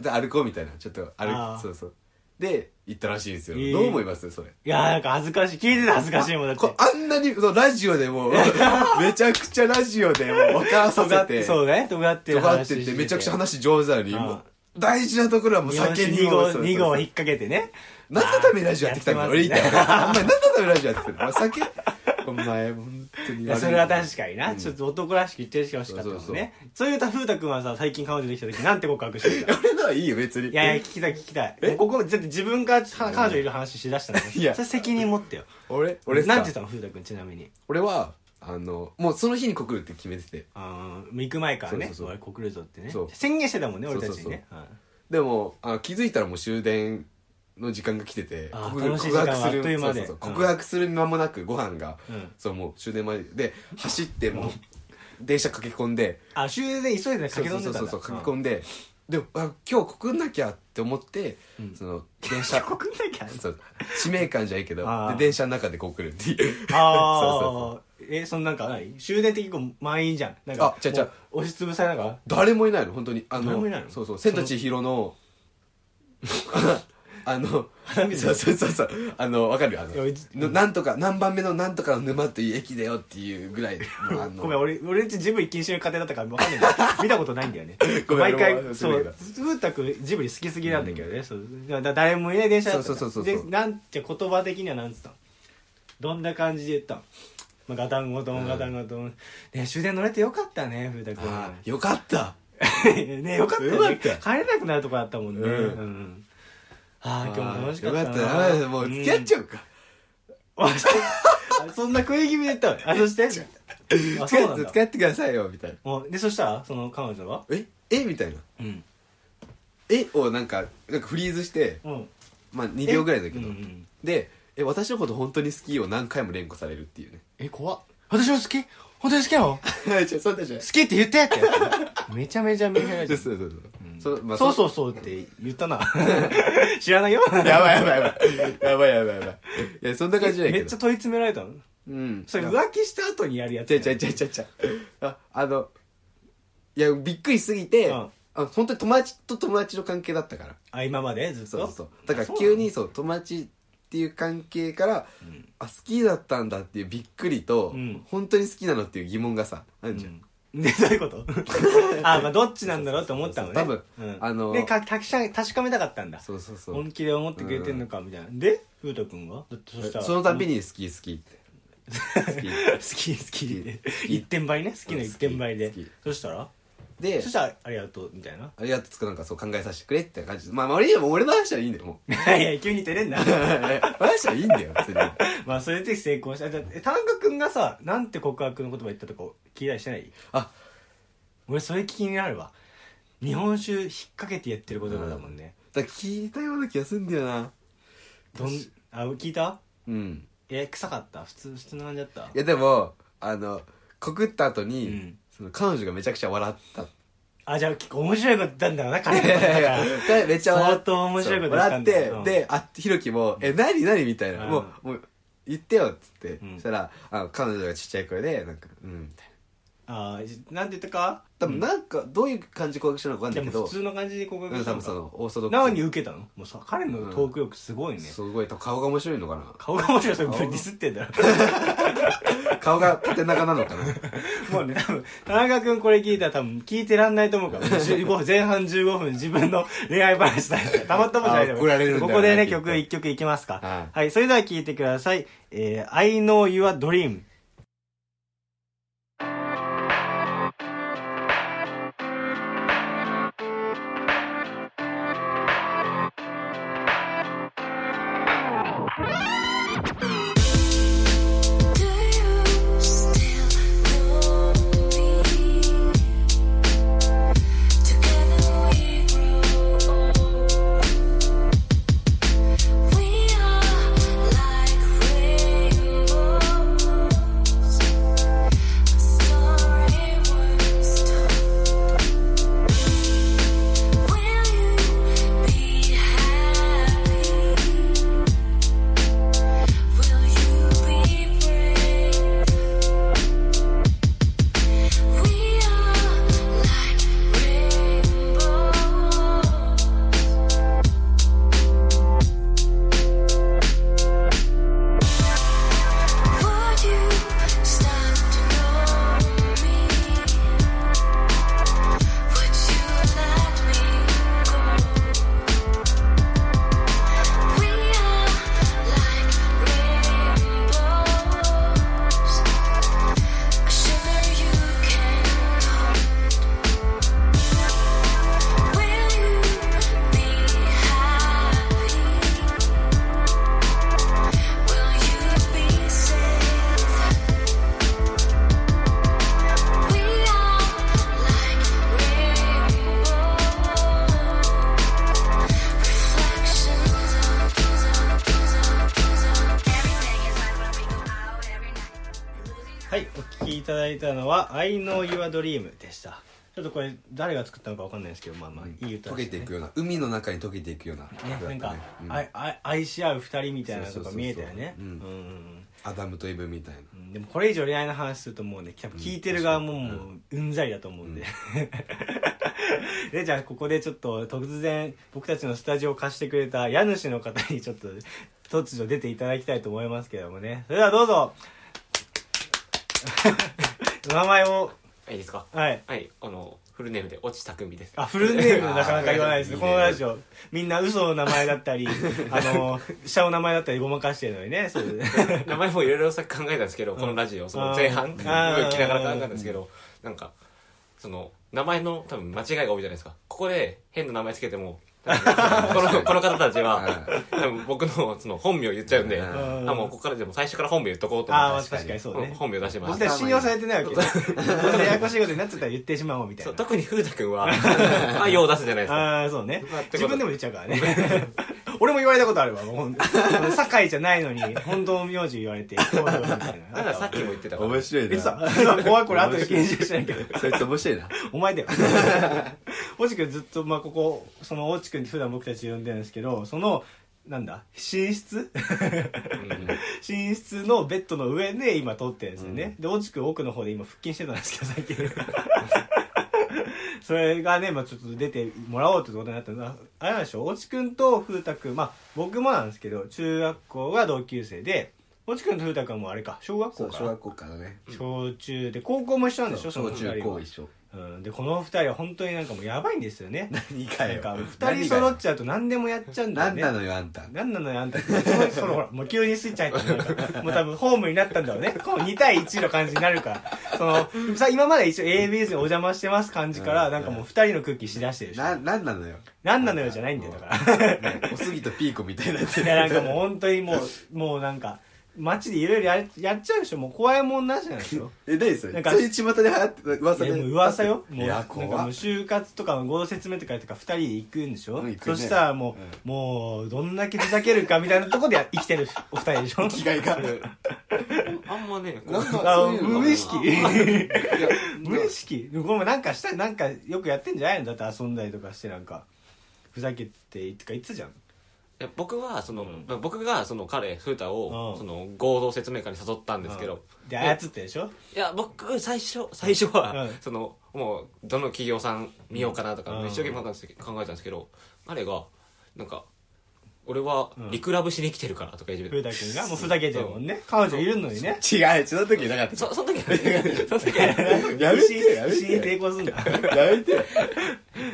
Speaker 2: で歩こうみたいなちょっと
Speaker 1: あ
Speaker 2: 歩
Speaker 1: ー
Speaker 2: くそうそうで行ったらしいんですよ、
Speaker 1: えー
Speaker 2: どう思いますそれ
Speaker 1: いやーなんか恥ずかしい。聞いてて恥ずかしいもんだって
Speaker 2: こ。あんなにそうラジオで もうめちゃくちゃラジオでもう分からさせて
Speaker 1: そうね、尖ってる
Speaker 2: 尖
Speaker 1: 話
Speaker 2: って
Speaker 1: してて
Speaker 2: てめちゃくちゃ話上手なのに
Speaker 1: ああ
Speaker 2: もう大事なところはもう酒
Speaker 1: 酒
Speaker 2: に
Speaker 1: 2号、2号を
Speaker 2: 何
Speaker 1: 引っ掛けてね。
Speaker 2: のためにラジオやってきたんだ
Speaker 1: やって
Speaker 2: 俺
Speaker 1: ますね
Speaker 2: 言いたいからお前何のためにラジオやってきたのお 前酒お前本当
Speaker 1: い
Speaker 2: に悪
Speaker 1: や
Speaker 2: い
Speaker 1: それは確かにな、
Speaker 2: うん
Speaker 1: ちょっと男らしく言ってるしか欲しかったもんね
Speaker 2: そうそう
Speaker 1: そういうた風太くんはさ最近彼女できた時なんて告白してた い
Speaker 2: 俺のはいいよ別に
Speaker 1: やいや聞きたい聞きたいもうここだって自分が彼女いる話しだしたの
Speaker 2: いや
Speaker 1: それ責任持ってよ
Speaker 2: 俺俺
Speaker 1: なん
Speaker 2: さ
Speaker 1: て言ったの風太くんちなみに
Speaker 2: 俺はあのもうその日に告るって決めてて
Speaker 1: あー行く前からね
Speaker 2: そうそうそう
Speaker 1: 俺告るぞってね
Speaker 2: そう
Speaker 1: 宣言してたもんね俺たちにねうん
Speaker 2: でもあの気づいたらもう終電の時間が来てて
Speaker 1: あー
Speaker 2: 告
Speaker 1: 楽しい時
Speaker 2: 告
Speaker 1: 間は
Speaker 2: 白す
Speaker 1: あっという
Speaker 2: るそ
Speaker 1: 間
Speaker 2: う
Speaker 1: で
Speaker 2: そうそう
Speaker 1: うん
Speaker 2: 告白する間もなくご飯が、
Speaker 1: うん
Speaker 2: そうもう終電前で走ってもう電車駆け込んで
Speaker 1: あ終電急いでね
Speaker 2: そ
Speaker 1: 駆
Speaker 2: う
Speaker 1: け
Speaker 2: そう
Speaker 1: 込んで
Speaker 2: そう
Speaker 1: たん
Speaker 2: そう
Speaker 1: だ
Speaker 2: 駆け込んで、であ今日告んなきゃって思って、
Speaker 1: うん
Speaker 2: その 電車
Speaker 1: 告んなきゃ
Speaker 2: そう使命感じゃいいけど
Speaker 1: あー
Speaker 2: で電車の中で告るっていう
Speaker 1: ああ
Speaker 2: そうそうそう
Speaker 1: えそのなんか何終電って結構満員じゃんなんか
Speaker 2: あ違う違う
Speaker 1: も押しつぶされながら
Speaker 2: 誰もいないの本当にあの
Speaker 1: 誰もいないの
Speaker 2: そうそう「千と千尋の」あのそうそうそうそうあのわかるよ
Speaker 1: い
Speaker 2: あ
Speaker 1: やうち
Speaker 2: ののなんとか何番目のなんとかの沼っていう駅だよっていうぐらいのあの
Speaker 1: ごめん俺俺んちジブリ禁止の家庭だったから分かんないん だけど見たことないんだよね
Speaker 2: ごめん
Speaker 1: 毎回
Speaker 2: 俺も
Speaker 1: そ
Speaker 2: そう
Speaker 1: う風太くんジブリ好きすぎなんだけどね、そうだから誰もいない電車だったから
Speaker 2: そうそうそうそう
Speaker 1: でなんて言葉的にはなんつったのどんな感じで言ったの、まあ、ガタンゴトンガタンゴトン、ね終電乗れてよかったね風太く
Speaker 2: あーよかった
Speaker 1: ん ねよかったね
Speaker 2: よかった
Speaker 1: 帰れなくなるとこだったもんね、
Speaker 2: うん
Speaker 1: うんああ今日も楽しかったな
Speaker 2: よかったなもう付き合っちゃうか、
Speaker 1: あしてそん な食い気味で言ったのあそしてあ
Speaker 2: 付き
Speaker 1: そうな
Speaker 2: 合っ
Speaker 1: ん
Speaker 2: て
Speaker 1: だ
Speaker 2: 付き合ってくださいよみたいな
Speaker 1: おでそしたらその彼女は
Speaker 2: ええみたいな
Speaker 1: うん
Speaker 2: えをなんかなんかフリーズして、
Speaker 1: うん
Speaker 2: まあ、2秒ぐらいだけど、
Speaker 1: えうんうん
Speaker 2: でえ私のこと本当に好きを何回も連呼されるっていうね
Speaker 1: え怖っ私も好き本当に好きなの
Speaker 2: 違うそうだじゃ
Speaker 1: 好きって言ってってやつ めちゃめちゃ見え
Speaker 2: そうそうそうそうそうまあ
Speaker 1: そうそうそうって言ったな 知らないよ
Speaker 2: やばいやばいやばいやばいやばいやばいいやそんな感じじゃない
Speaker 1: め
Speaker 2: けど
Speaker 1: っちゃ問い詰められたの
Speaker 2: うん
Speaker 1: それ浮気した後にやるやつ
Speaker 2: ちゃいちゃいちゃいちゃいちゃいああのいやびっくりしすぎて、
Speaker 1: うん
Speaker 2: あ本当に友達と友達の関係だったから
Speaker 1: あ今までずっと
Speaker 2: そうそうそうだから急にそう友達っていう関係から、あ好きだったんだっていうびっくりと、
Speaker 1: うん
Speaker 2: 本当に好きなのっていう疑問がさ
Speaker 1: あ
Speaker 2: ある
Speaker 1: ん
Speaker 2: じ
Speaker 1: じゃ
Speaker 2: ゃん、
Speaker 1: んでどういうこと あまあどっちなんだろうって思ったのね
Speaker 2: そうそうそう多分
Speaker 1: うん
Speaker 2: あの
Speaker 1: でか確か確かめたかったんだ
Speaker 2: そうそうそう
Speaker 1: 本気で思ってくれてんのかみたいなで風太くんはだってそしたら
Speaker 2: そのたびに好き好きって好き
Speaker 1: 好き好きで一点倍ね好きの一点倍で
Speaker 2: 好き
Speaker 1: そしたら
Speaker 2: で
Speaker 1: そしたらありがとうみたいな
Speaker 2: ありがとうつくなんかそう考えさせてくれって感じまあまあ俺でも俺の話はい いんだよもう
Speaker 1: いや急に照れんな
Speaker 2: 話はいいんだよ 別に
Speaker 1: まあそれで成功したじゃあえ田中君がさなんて告白の言葉言ったとか聞いたりしてない
Speaker 2: あ
Speaker 1: 俺それ気になるわ日本酒引っ掛けてやってる言葉だもんね、
Speaker 2: だから聞いたような気がするんだよな
Speaker 1: どんあ聞いた
Speaker 2: うん
Speaker 1: え臭かった普通普通の感じだった
Speaker 2: いやでもあの告った後に、
Speaker 1: うん
Speaker 2: その彼女がめちゃくちゃ笑った
Speaker 1: あじゃあ結構面白いこと言ったんだろうな彼
Speaker 2: いやいや
Speaker 1: ら
Speaker 2: いや彼めっちゃ笑っ
Speaker 1: 相当面白いこと言った
Speaker 2: 笑
Speaker 1: ん
Speaker 2: っ
Speaker 1: だ
Speaker 2: て
Speaker 1: よ、
Speaker 2: であひろきも「え何何?」みたいな、
Speaker 1: うん
Speaker 2: もうもう言ってよっつって、
Speaker 1: うん
Speaker 2: したらあの彼女がちっちゃい声でなんか「うん」みたいな
Speaker 1: あーなんて言ったか
Speaker 2: 多分なんか、どういう感じ告白したのか分
Speaker 1: で
Speaker 2: かん
Speaker 1: も
Speaker 2: ないけど
Speaker 1: 普通の感じで告白
Speaker 2: うん
Speaker 1: した
Speaker 2: 多
Speaker 1: の
Speaker 2: 分
Speaker 1: か
Speaker 2: そのオーソドック
Speaker 1: な
Speaker 2: ス
Speaker 1: のに受けたのもうさ彼のトーク力すごいね、
Speaker 2: すごい顔が面白いのかな
Speaker 1: 顔が面白いそれ
Speaker 2: 顔
Speaker 1: ディスってんだろ
Speaker 2: 顔が縦長なのかな
Speaker 1: もうね多分田中君これ聞いたら多分聞いてらんないと思うから15分前半15分自分の恋愛話だからたまったもんじゃないで
Speaker 2: あ怒られるんだよ
Speaker 1: こ
Speaker 2: な
Speaker 1: こでね
Speaker 2: きっと
Speaker 1: 曲1曲いきますか
Speaker 2: はい
Speaker 1: はいそれでは聞いてください「えー I know your dream」
Speaker 3: Do you still know me? Together we grow We are like rainbows. A story once told. Will you be happy? Will you be brave? We are like rainbows. Would you stop to know me? Would you let me go? We are like rainbows, a shimmer you can hold. Will you be happy? Will you be safe? We are like rainbows. Reflections on, on, on, on. Everything is like when we go out every night.
Speaker 1: はいお聴きいただいたのは「I know your dream」でしたちょっとこれ誰が作ったのかわかんないですけどまあまあいい歌
Speaker 2: 溶
Speaker 1: で
Speaker 2: け
Speaker 1: した
Speaker 2: て
Speaker 1: ね
Speaker 2: いくような海の中に溶けていくような、
Speaker 1: ね、なんか、
Speaker 2: うん
Speaker 1: あいあい愛し合う二人みたいな
Speaker 2: そ
Speaker 1: と
Speaker 2: うそ
Speaker 1: か
Speaker 2: うそうそう
Speaker 1: 見えたよね
Speaker 2: うん
Speaker 1: ん
Speaker 2: アダムとイブみたいな
Speaker 1: うんでもこれ以上恋愛の話するともうね多分聞いてる側ももううんざりだと思うんで、 でじゃあここでちょっと突然僕たちのスタジオを貸してくれた家主の方にちょっと突如出ていただきたいと思いますけどもねそれではどうぞ お名前を
Speaker 4: いいですか
Speaker 1: はい
Speaker 4: はいあのフルネームで落ちたくみです
Speaker 1: あフルネームなかなか言わないですね
Speaker 2: あー
Speaker 1: このラジオみんな嘘の名前だったりあの下の名前だったりごまかしてるのにねそうです
Speaker 4: 名前もいろいろさっき考えたんですけど、このラジオその前半
Speaker 1: あー
Speaker 4: 部分聞きながら考えたんですけど、なんかその名前の多分間違いが多いじゃないですかここで変な名前つけても多 分このこの方たちは多分僕のその本名言っちゃうんで、
Speaker 2: うん
Speaker 4: あもうここからでも最初から本名言っとこうと思
Speaker 1: あ
Speaker 4: っ
Speaker 1: あ
Speaker 4: て
Speaker 1: 確かにそうね
Speaker 4: うん本名出しま
Speaker 1: 僕
Speaker 4: した
Speaker 1: ち信用されてないわけどうせややこしいことになっちゃったら言ってしまおうみたい
Speaker 4: そう
Speaker 1: な
Speaker 4: 特に風太くん は「あ」よう出すじゃないですか
Speaker 1: ああそうね
Speaker 4: まあって
Speaker 1: 自
Speaker 4: こと
Speaker 1: 分でも言っちゃうからね 俺も言われたことあるわもうほんあ の酒井じゃないのに本当の名字言われ てこうだよみたい
Speaker 4: だからさ
Speaker 1: な
Speaker 4: っきも言ってたから
Speaker 2: 面白い
Speaker 1: え
Speaker 2: な
Speaker 1: さ 怖いこれ後で検証しないけど
Speaker 2: そいつ面白 いな
Speaker 1: お前だよ落ちくんずっと、まあ、ここその落ちくんって普段僕たち呼んでるんですけどそのなんだ寝室寝室のベッドの上で今撮ってるんですよね、で落ちくん奥の方で今腹筋してたんですけど最近 それがね、まあ、ちょっと出てもらおうってことになったのはあれなんでしょう落ちくんと風太くんまあ僕もなんですけど中学校が同級生で落ちくんと風太くんはもうあれか小学
Speaker 2: そ
Speaker 1: 校
Speaker 2: う
Speaker 1: か
Speaker 2: 小学校からね
Speaker 1: 小中で高校も一緒なんでしょその
Speaker 2: 小
Speaker 1: 二人は
Speaker 2: 中高一緒
Speaker 1: うん、でこの二人は本当になんかもうやばいんですよ ね
Speaker 2: 何
Speaker 1: な
Speaker 2: か
Speaker 1: ん
Speaker 2: よ
Speaker 1: か二人揃っちゃうと何でもやっちゃうんだよ
Speaker 2: 何
Speaker 1: ね
Speaker 2: なのよあんた
Speaker 1: 何なのよあんたそろそろほらもう急にスイッチ入ってる からもう多分ホームになったんだろうねこう2対1の感じになるからそのさ今まで一応 ABS にお邪魔してます感じから
Speaker 2: うん
Speaker 1: なんかもう二人の空気しだしてるし
Speaker 2: な何な のよ
Speaker 1: 何なのよじゃないんだよだから
Speaker 2: おすぎとピーコみたいなやつ
Speaker 1: いやなんかもう本当にもうもうなんか街でいろいろややっちゃうでしょもう怖いもんなしなんでしょ
Speaker 2: え何それ
Speaker 1: なんか
Speaker 2: そういう巷で流行って噂
Speaker 1: い
Speaker 2: で
Speaker 1: やもう噂よもう
Speaker 2: い
Speaker 1: なん
Speaker 2: や
Speaker 1: かもう
Speaker 2: 怖っ
Speaker 1: 就活とかの合同説明とかとか2人で行くんでしょ、
Speaker 2: うん行くね
Speaker 1: そしたらもう、もうどんだけふざけるかみたいなところで生きてるお二人でし ょ
Speaker 2: 着替えが
Speaker 4: あんまね
Speaker 2: なんか
Speaker 1: あ
Speaker 2: そういうの
Speaker 1: 無意識
Speaker 2: いや
Speaker 1: 無意識これもなんかしたなんかよくやってんじゃないのだって遊んだりとかしてなんかふざけてとか言ってたじゃん
Speaker 4: いや僕はその、僕がその彼風太を、
Speaker 1: うん
Speaker 4: その合同説明会に誘ったんですけど、
Speaker 1: で操ってるでしょ
Speaker 4: いや僕最初最初は、
Speaker 1: うん
Speaker 4: そのもうどの企業さん見ようかなとか、
Speaker 1: うん
Speaker 4: 一生懸命考えたんですけど考えたんですけど彼がなんか俺は
Speaker 1: うん
Speaker 4: リクラブしに来てるからとか言って
Speaker 1: 風太君がもうふざけてるもんね彼女いるのにね
Speaker 2: 違うその時なかった
Speaker 4: そその時は ねその時は
Speaker 2: やめてよや め
Speaker 1: 死
Speaker 2: て
Speaker 1: に
Speaker 2: よ
Speaker 1: 抵抗すんだ
Speaker 2: やめてよ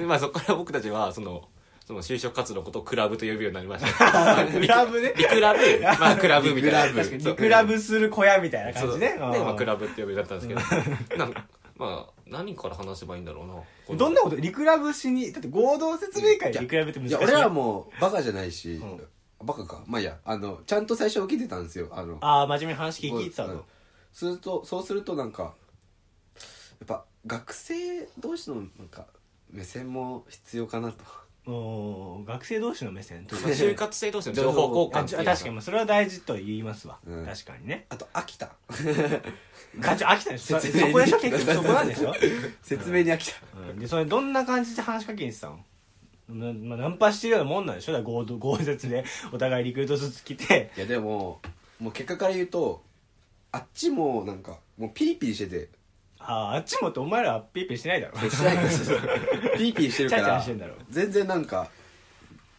Speaker 4: まあそこから僕たちはそのその就職活動のことをクラブと呼ぶようになりました
Speaker 1: クラブね
Speaker 4: リクラブまあクラブみたい
Speaker 2: リク
Speaker 4: な
Speaker 2: ラブ
Speaker 4: そう
Speaker 1: クラブする小屋みたいな感じね
Speaker 4: そうで、まあ、ク
Speaker 1: ラ
Speaker 4: ラブって呼びだったんですけ どなんかまあ何から話せばいいんだろうなこ
Speaker 1: どんなことリクラブしにだって合同説明会でリクラブって難し
Speaker 2: い
Speaker 1: い
Speaker 2: や俺らもうバカじゃないし
Speaker 1: ん
Speaker 2: バカかまあいいやあのちゃんと最初は聞いてたんですよあの
Speaker 1: ああ真面目に話聞いてた
Speaker 2: うん
Speaker 1: の
Speaker 2: するとそうするとなんかやっぱ学生同士のなんか目線も必要かなと
Speaker 1: おー学生同士の目線とか
Speaker 4: まあ就活生同士の情報
Speaker 1: あ
Speaker 4: 交換って
Speaker 1: ち
Speaker 4: いう
Speaker 1: あ
Speaker 4: のが
Speaker 1: 確かにそれは大事と言いますわ、
Speaker 2: うん
Speaker 1: 確かにね
Speaker 2: あと飽きた
Speaker 1: 課長飽きたでしょそ
Speaker 2: 説明
Speaker 1: そ
Speaker 2: に
Speaker 1: こでしょ結局そこなんでしょ、
Speaker 2: 説明に 飽きた
Speaker 1: うん、でそれどんな感じで話しかけにしてたのなまあ、ナンパしてるようなもんなんでしょだから合同合説でお互いリクルートスーツ着て
Speaker 2: いやでももう結果から言うとあっちもなんかもうピリピリしてて
Speaker 1: あーあっちもってお前らピーピーしないだろ
Speaker 2: し ないからピリピリしてるか
Speaker 1: チャラチャラ
Speaker 2: ら
Speaker 1: してんだろ
Speaker 2: 全然なんか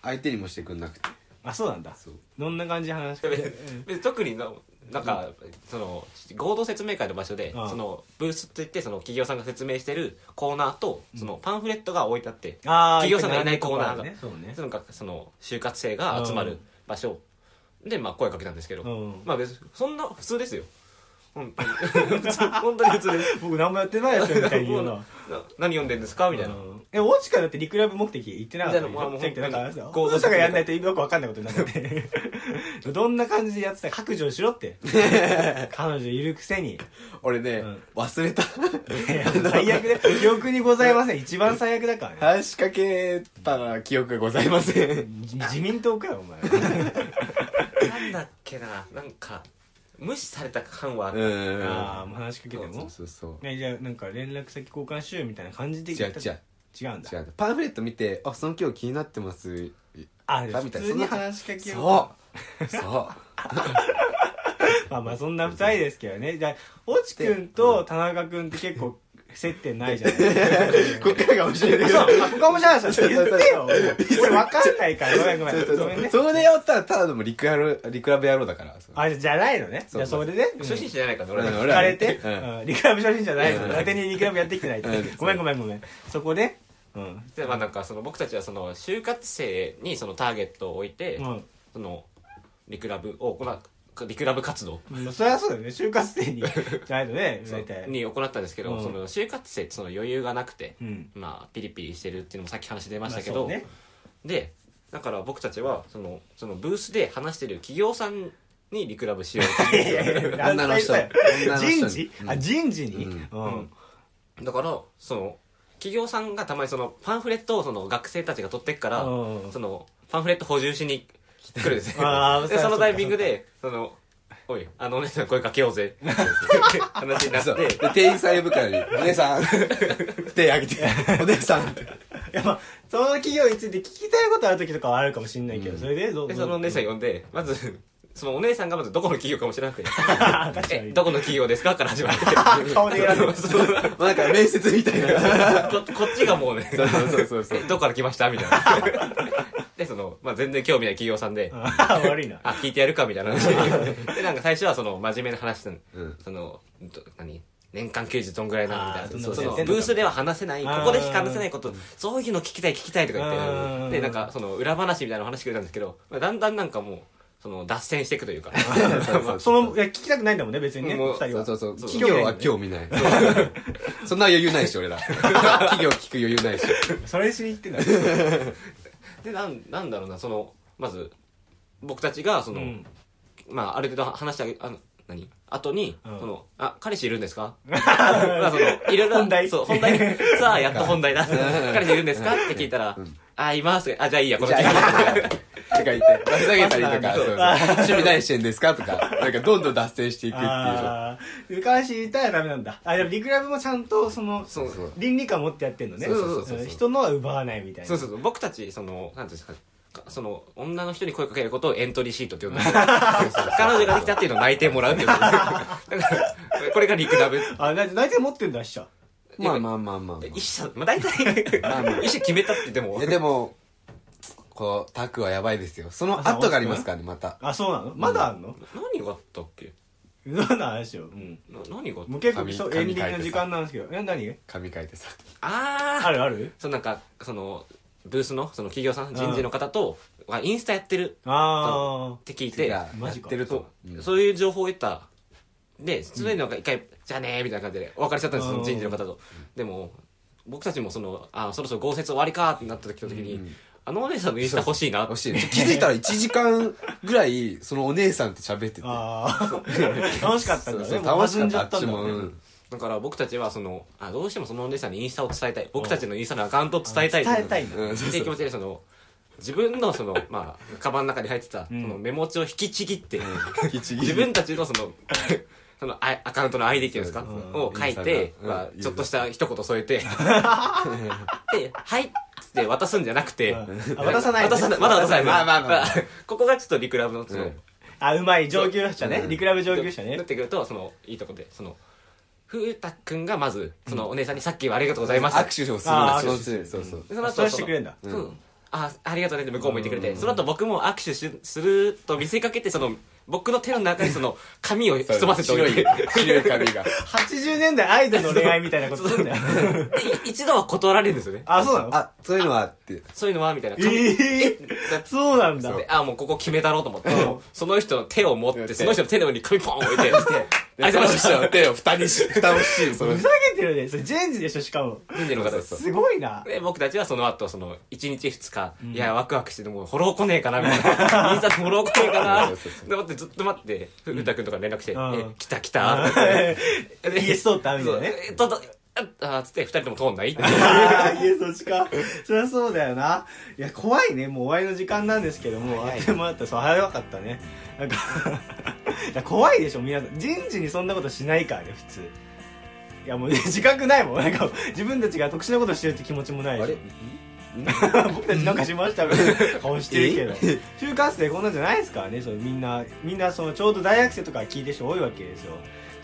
Speaker 2: 相手にもしてくんなくて
Speaker 1: あそうなんだ
Speaker 2: そう
Speaker 1: どんな感じで話し かけて
Speaker 4: 別別に特にななんか、その合同説明会の場所で、
Speaker 1: うん
Speaker 4: そのブースといってその企業さんが説明してるコーナーとそのパンフレットが置いてあって、
Speaker 1: あー
Speaker 4: 企業さんがいないコーナーが、
Speaker 1: ねそうね
Speaker 4: そのかその就活生が集まる場所で、まあ、声かけたんですけど、
Speaker 1: うん
Speaker 4: まあ別にそんな普通ですよ、うん、 普通本当に普通です
Speaker 1: 僕何もやってないですよみたいに言うの
Speaker 4: な何読んでんですかみたいな、
Speaker 1: うんえ落ちからだってリクラブ目的行ってなかったの
Speaker 4: みたいなもう
Speaker 1: じゃなくてなんかあれですよ
Speaker 4: 合同
Speaker 1: 落ちがやんないとよくわかんないことになって てどんな感じでやってたか白状しろって彼女いるくせに
Speaker 2: 俺ね、
Speaker 1: ん
Speaker 2: 忘れた
Speaker 1: いや最悪で記憶にございません一番最悪だからね
Speaker 2: 話しかけたら記憶がございません
Speaker 1: じ自民党かよお前
Speaker 4: なんだっけななんか無視された感はあった
Speaker 2: うん
Speaker 1: ああもう話しかけて
Speaker 2: そ
Speaker 1: も
Speaker 2: うそうそう
Speaker 1: ねじゃあなんか連絡先交換しようみたいな感じで
Speaker 2: 違う違う
Speaker 1: 違うんだ
Speaker 2: 違うパンフレット見て「あその今日気になってます」
Speaker 1: あで
Speaker 2: か
Speaker 1: 普
Speaker 2: みたいな
Speaker 1: 通に話しかけよう
Speaker 2: そうそう
Speaker 1: まあまあそんな二人ですけどねじゃあ越智君と田中君って結構接点ない じゃないですか
Speaker 2: こっからが面白いね
Speaker 1: そうあ他もじゃないですか言ってよもう俺わかんないからごめんごめんごめんね
Speaker 2: そこでやったらただでもリクやろリクラブ野郎だからそう
Speaker 1: あじゃないのねじ
Speaker 2: そう
Speaker 1: ゃあそれでね
Speaker 4: 初心者じゃないからね、
Speaker 2: うん
Speaker 1: 聞
Speaker 4: 俺
Speaker 2: 俺
Speaker 1: から
Speaker 2: ね
Speaker 1: れて、
Speaker 2: うん
Speaker 1: うんリクラブ初心者じゃないの
Speaker 2: うん
Speaker 1: 当てにリクラブやってきてないって
Speaker 2: うん
Speaker 1: ごめんごめんごめんそこでうん
Speaker 4: でまあなんかその僕たちはその就活生にそのターゲットを置いて、
Speaker 1: うん
Speaker 4: そのリクラブを行うリクラブ活動
Speaker 1: まあそれはそうだよね就活生 にじゃないとね大体
Speaker 4: に行ったんですけど、
Speaker 1: うん
Speaker 4: その就活生ってその余裕がなくて、
Speaker 1: うん
Speaker 4: まあピリピリしてるっていうのもさっき話出ましたけ
Speaker 1: まあそ
Speaker 4: ど、
Speaker 1: うね
Speaker 4: でだから僕たちはそのそのブースで話してる企業さんにリクラブしようっていう
Speaker 1: 女
Speaker 2: 女の人女の人に
Speaker 1: 人事あ人事にう
Speaker 4: うんんだからその企業さんがたまにそのパンフレットをその学生たちが取ってっから、
Speaker 1: うん
Speaker 4: そのパンフレット補充しに来るんですよ
Speaker 1: あー
Speaker 4: で
Speaker 1: そう
Speaker 4: その
Speaker 1: そう
Speaker 4: タイミングでその「おいあのお姉さん声かけようぜ」って話になっ
Speaker 2: そうで
Speaker 4: て
Speaker 2: 店員さん呼ぶからに「お 姉さん手挙げてお姉さん」って
Speaker 1: いやまあその企業について聞きたいことある時とかはあるかもしれないけど
Speaker 2: うん
Speaker 1: それでどう
Speaker 4: でそのお姉さん呼んでまずそのお姉さんがまずどこの企業かも知らなくて
Speaker 1: あ
Speaker 4: 「
Speaker 1: 確か
Speaker 4: え
Speaker 1: に
Speaker 4: どこの企業ですか?」から始まって
Speaker 1: 顔で選んでる
Speaker 4: そう
Speaker 2: まあなんか面接みたい な
Speaker 4: ここっちがもうね
Speaker 2: そうそうそうそう
Speaker 4: えどこから来ましたみたいなでその、まあ、全然興味ない企業さんで
Speaker 1: あ 悪いな
Speaker 4: あ聞いてやるかみたい な話でなんか最初はその真面目な話したの,、
Speaker 2: うん
Speaker 4: そのど何年間休日どんぐらいなのみたい
Speaker 1: あー
Speaker 4: な
Speaker 1: どん
Speaker 4: そ
Speaker 1: なこと
Speaker 4: の
Speaker 1: やってんのか
Speaker 4: ブースでは話せないこ
Speaker 1: あー
Speaker 4: こでしか話せないことそういうの聞きたい聞きたいとか言っ
Speaker 1: うん
Speaker 4: てでなんかその裏話みたいなの話してくれたんですけど、まあ、だんだんなんかもうその脱線していくというか
Speaker 1: そのいや聞きたくないんだもんね別にね
Speaker 4: も
Speaker 1: 二
Speaker 4: う
Speaker 1: 人は
Speaker 2: そうそうそう
Speaker 1: 企
Speaker 2: 企
Speaker 1: 業
Speaker 2: 業は興味ないそうそんな余裕ないし俺 ら企業聞く余裕ないし
Speaker 1: それしに行ってんだ
Speaker 4: でなんなんだろうなそのまず僕たちがその、
Speaker 1: うん
Speaker 4: まあ、ある程度話してあげあの何後に、
Speaker 1: うん
Speaker 4: そのあ彼氏いるんですかまあそのいろいろ
Speaker 1: 本題
Speaker 4: そう本題さあやっと本題だ彼氏いるんですかって聞いたら、あいますあじゃあいいやこの
Speaker 2: じゃあ
Speaker 4: 時間
Speaker 2: いいやとか言ってふざけたりとか
Speaker 1: そ
Speaker 2: そう
Speaker 1: そ
Speaker 2: うそうう趣味何してんですかとかなんかどんどん脱線していくっていう
Speaker 1: ああー昔言ったらダメなんだあでもリクラブもちゃんとその
Speaker 4: そう
Speaker 2: そう
Speaker 1: 倫理観持ってやってんのね
Speaker 4: そうそうそうそう
Speaker 1: うん人のは奪わないみ たいな
Speaker 4: そうそうそう僕たちそのなんていうんですかかその女の人に声かけることをエントリーシートって呼んでる彼女ができたっていうのを内定もらうっていうだからこれがリクラブ
Speaker 1: あだって内定持ってんだしちゃ
Speaker 2: まあまあまあまあまあ
Speaker 4: 一社、まあ、大体
Speaker 2: まあまあ
Speaker 4: 一社決めたってでも
Speaker 2: いやでもこうタクはやばいですよその後がありますからねまた
Speaker 1: あそうなのまだあんの
Speaker 4: 何があったっけ
Speaker 1: どんな話ようん
Speaker 4: な何があった
Speaker 1: もう結構そうエン
Speaker 2: 紙
Speaker 1: ディングの時間なんですけどえ何
Speaker 2: 紙書いてさ
Speaker 4: あー
Speaker 1: あるある
Speaker 4: そのなんかそのブースのその企業さん人事の方と、あインスタやってる
Speaker 1: あ
Speaker 4: って聞い
Speaker 2: で
Speaker 4: て
Speaker 2: や
Speaker 1: マジか
Speaker 2: ってると
Speaker 4: そう
Speaker 2: うん
Speaker 4: そういう情報を得たでそれでなんか一回、じゃあねーみたいな感じでお別れしちゃったんです
Speaker 1: あー
Speaker 4: その人事の方とでも僕たちもそのあそろそろ豪雪終わりかーってなった時の時に、あのお姉さんのインスタ欲しいな
Speaker 2: 欲しいね気づいたら1時間ぐらいそのお姉さんと喋ってて
Speaker 1: あああ楽しかったんだ
Speaker 2: そ
Speaker 1: ね
Speaker 2: うそう
Speaker 1: もう
Speaker 2: 楽し
Speaker 1: 弾ん
Speaker 2: かっ
Speaker 1: じゃ
Speaker 2: たあ
Speaker 1: っ
Speaker 2: った
Speaker 1: ん
Speaker 2: ち
Speaker 1: だ
Speaker 2: もう
Speaker 1: ね
Speaker 2: ん
Speaker 4: だから僕たちはそのあどうしてもそのお姉さんにインスタを伝えたい僕たちのインスタのアカウントを伝えたい
Speaker 1: 伝えたいんだ
Speaker 2: うん
Speaker 4: っていう気持ちでその自分のそのまあカバンの中に入ってたそ
Speaker 1: ん
Speaker 4: のメモ帳を引きちぎって
Speaker 2: 引きちぎる
Speaker 4: 自分たちのそ のそのアアカウントの ID っていうんですか
Speaker 1: うん
Speaker 4: を書いて
Speaker 2: うん
Speaker 4: ま
Speaker 2: う
Speaker 4: あ
Speaker 2: ん
Speaker 4: ちょっとした一言添えて で「はい」っつって渡すんじゃなくて
Speaker 1: うんあ渡さない
Speaker 4: 渡さないまだ渡さない
Speaker 2: まあまあまあ
Speaker 4: ここがちょっとリクラブのその
Speaker 2: ん
Speaker 1: あうまい上級者ねリクラブ上級者ね
Speaker 4: なってくるとそのいいとこでその風太くんがまずそのお姉さんにさっきはありがとうございました
Speaker 2: 握手をする
Speaker 1: あー
Speaker 2: そう
Speaker 1: 握手
Speaker 2: するそうそう
Speaker 4: でその後
Speaker 1: それしてくれんだ
Speaker 4: そのうんあありがとうねって向こうも言ってくれて、その後僕も握手しすると見せかけてその僕の手の中にその紙を
Speaker 2: そう
Speaker 4: 潜ませてお
Speaker 2: 白
Speaker 4: い
Speaker 2: い
Speaker 4: て
Speaker 2: 白い紙が
Speaker 1: 80年代アイドルの恋愛みたいなことすんだよ
Speaker 4: でい 一度は断られるんですよね
Speaker 1: あそうなの
Speaker 2: あそういうのはあって
Speaker 4: そういうのはみたいな
Speaker 1: え
Speaker 4: 紙
Speaker 1: え
Speaker 4: だって
Speaker 1: そうなんだ
Speaker 4: であもうここ決めだろうと思ってその人の手を持ってその人の手の上に紙ポン置いて「ありがとうございました」
Speaker 2: の手を蓋にし蓋をしその
Speaker 1: ふざけてるねそれジェンジでしょしかも
Speaker 4: 人事の方です
Speaker 1: すごいな
Speaker 4: で僕たちはその後その1日2日、いやワクワクしててもうフォロー来ねえかなみたいなインスタフォロー来ねえかな
Speaker 2: そうそうそう
Speaker 4: で待ってずっと待って古田君とか連絡して「
Speaker 1: うん
Speaker 4: え来た来た」
Speaker 1: イエス通ったみたいなね
Speaker 4: そうえととああつって2人とも通 んないって
Speaker 1: あーいえそっちかそりゃそうだよないや怖いねもう終わりの時間なんですけどもあっという間だったそう早かったねなんか いや怖いでしょ皆さん人事にそんなことしないからね普通いやもう自覚ないもんなんか自分たちが特殊なことしてるって気持ちもないし
Speaker 2: あれ
Speaker 1: 僕たちなんかしましたみたい な顔してるけど就活生こんなんじゃないですからねそのみんなみんなそのちょうど大学生とか聞いてる人多いわけですよ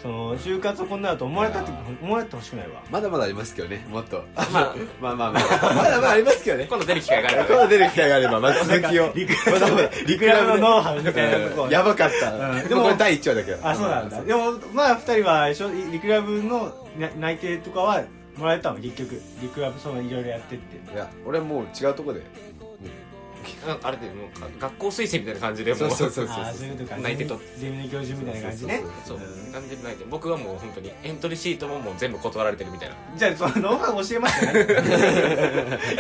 Speaker 1: その就活をこんなだと思われたって
Speaker 2: いや
Speaker 1: 思われてほしくないわ
Speaker 2: まだまだありますけどねもっと
Speaker 4: まあ
Speaker 2: まあまあまあまだまだありますけどね
Speaker 4: 今度出る機会がある
Speaker 2: 今度出る機会があればまず続きを
Speaker 1: リク
Speaker 2: まだまだ
Speaker 1: リクラブのノウハウみ
Speaker 2: リク
Speaker 1: たい
Speaker 2: ラ
Speaker 1: なとこ
Speaker 2: ブやばかった、
Speaker 1: うん
Speaker 2: でもこれ第一話だけど
Speaker 1: あそうなんだでもまあ2人は一緒リクラブの内定とかはもらえたの結局リクラブそのいろいろやってって
Speaker 2: いや俺はもう違うとこで
Speaker 4: なんかあれでもう学校推薦みたいな感じでも
Speaker 2: そうそうそう
Speaker 1: ああそういうことか
Speaker 4: 内定と
Speaker 1: ゼミの教授みたいな感じね
Speaker 4: そう感じないで僕はもう本当にエントリーシートももう全部断られてるみたいな
Speaker 1: じゃあそのノウハウ教えました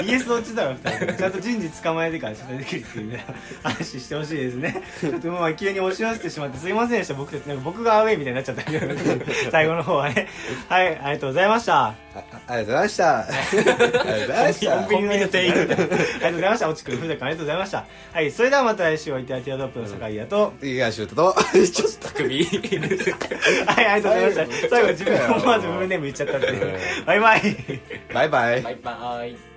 Speaker 1: ね イエス落ちだろ2人ちゃんと人事捕まえてから出てくるっていうね話してほしいですねちょっとまあ急に押し寄せてしまってすいませんでした僕たちなんか僕がアウェイみたいになっちゃったけど 最後の方はねはいありがとうございました
Speaker 2: ああありがとうございました ありがとうございまし
Speaker 1: コ
Speaker 2: た
Speaker 1: ンビニの店員ありがとうございました落ちくんふうたくんありがとうございましたはいそれではまた来週おいてはティアドロップの酒井だと
Speaker 2: いやシュートとちょっと
Speaker 4: 首
Speaker 1: はいありがとうございました最後自分思わずフルネーム言っちゃったっていうバイバイ
Speaker 2: バイバイ
Speaker 4: バイバイ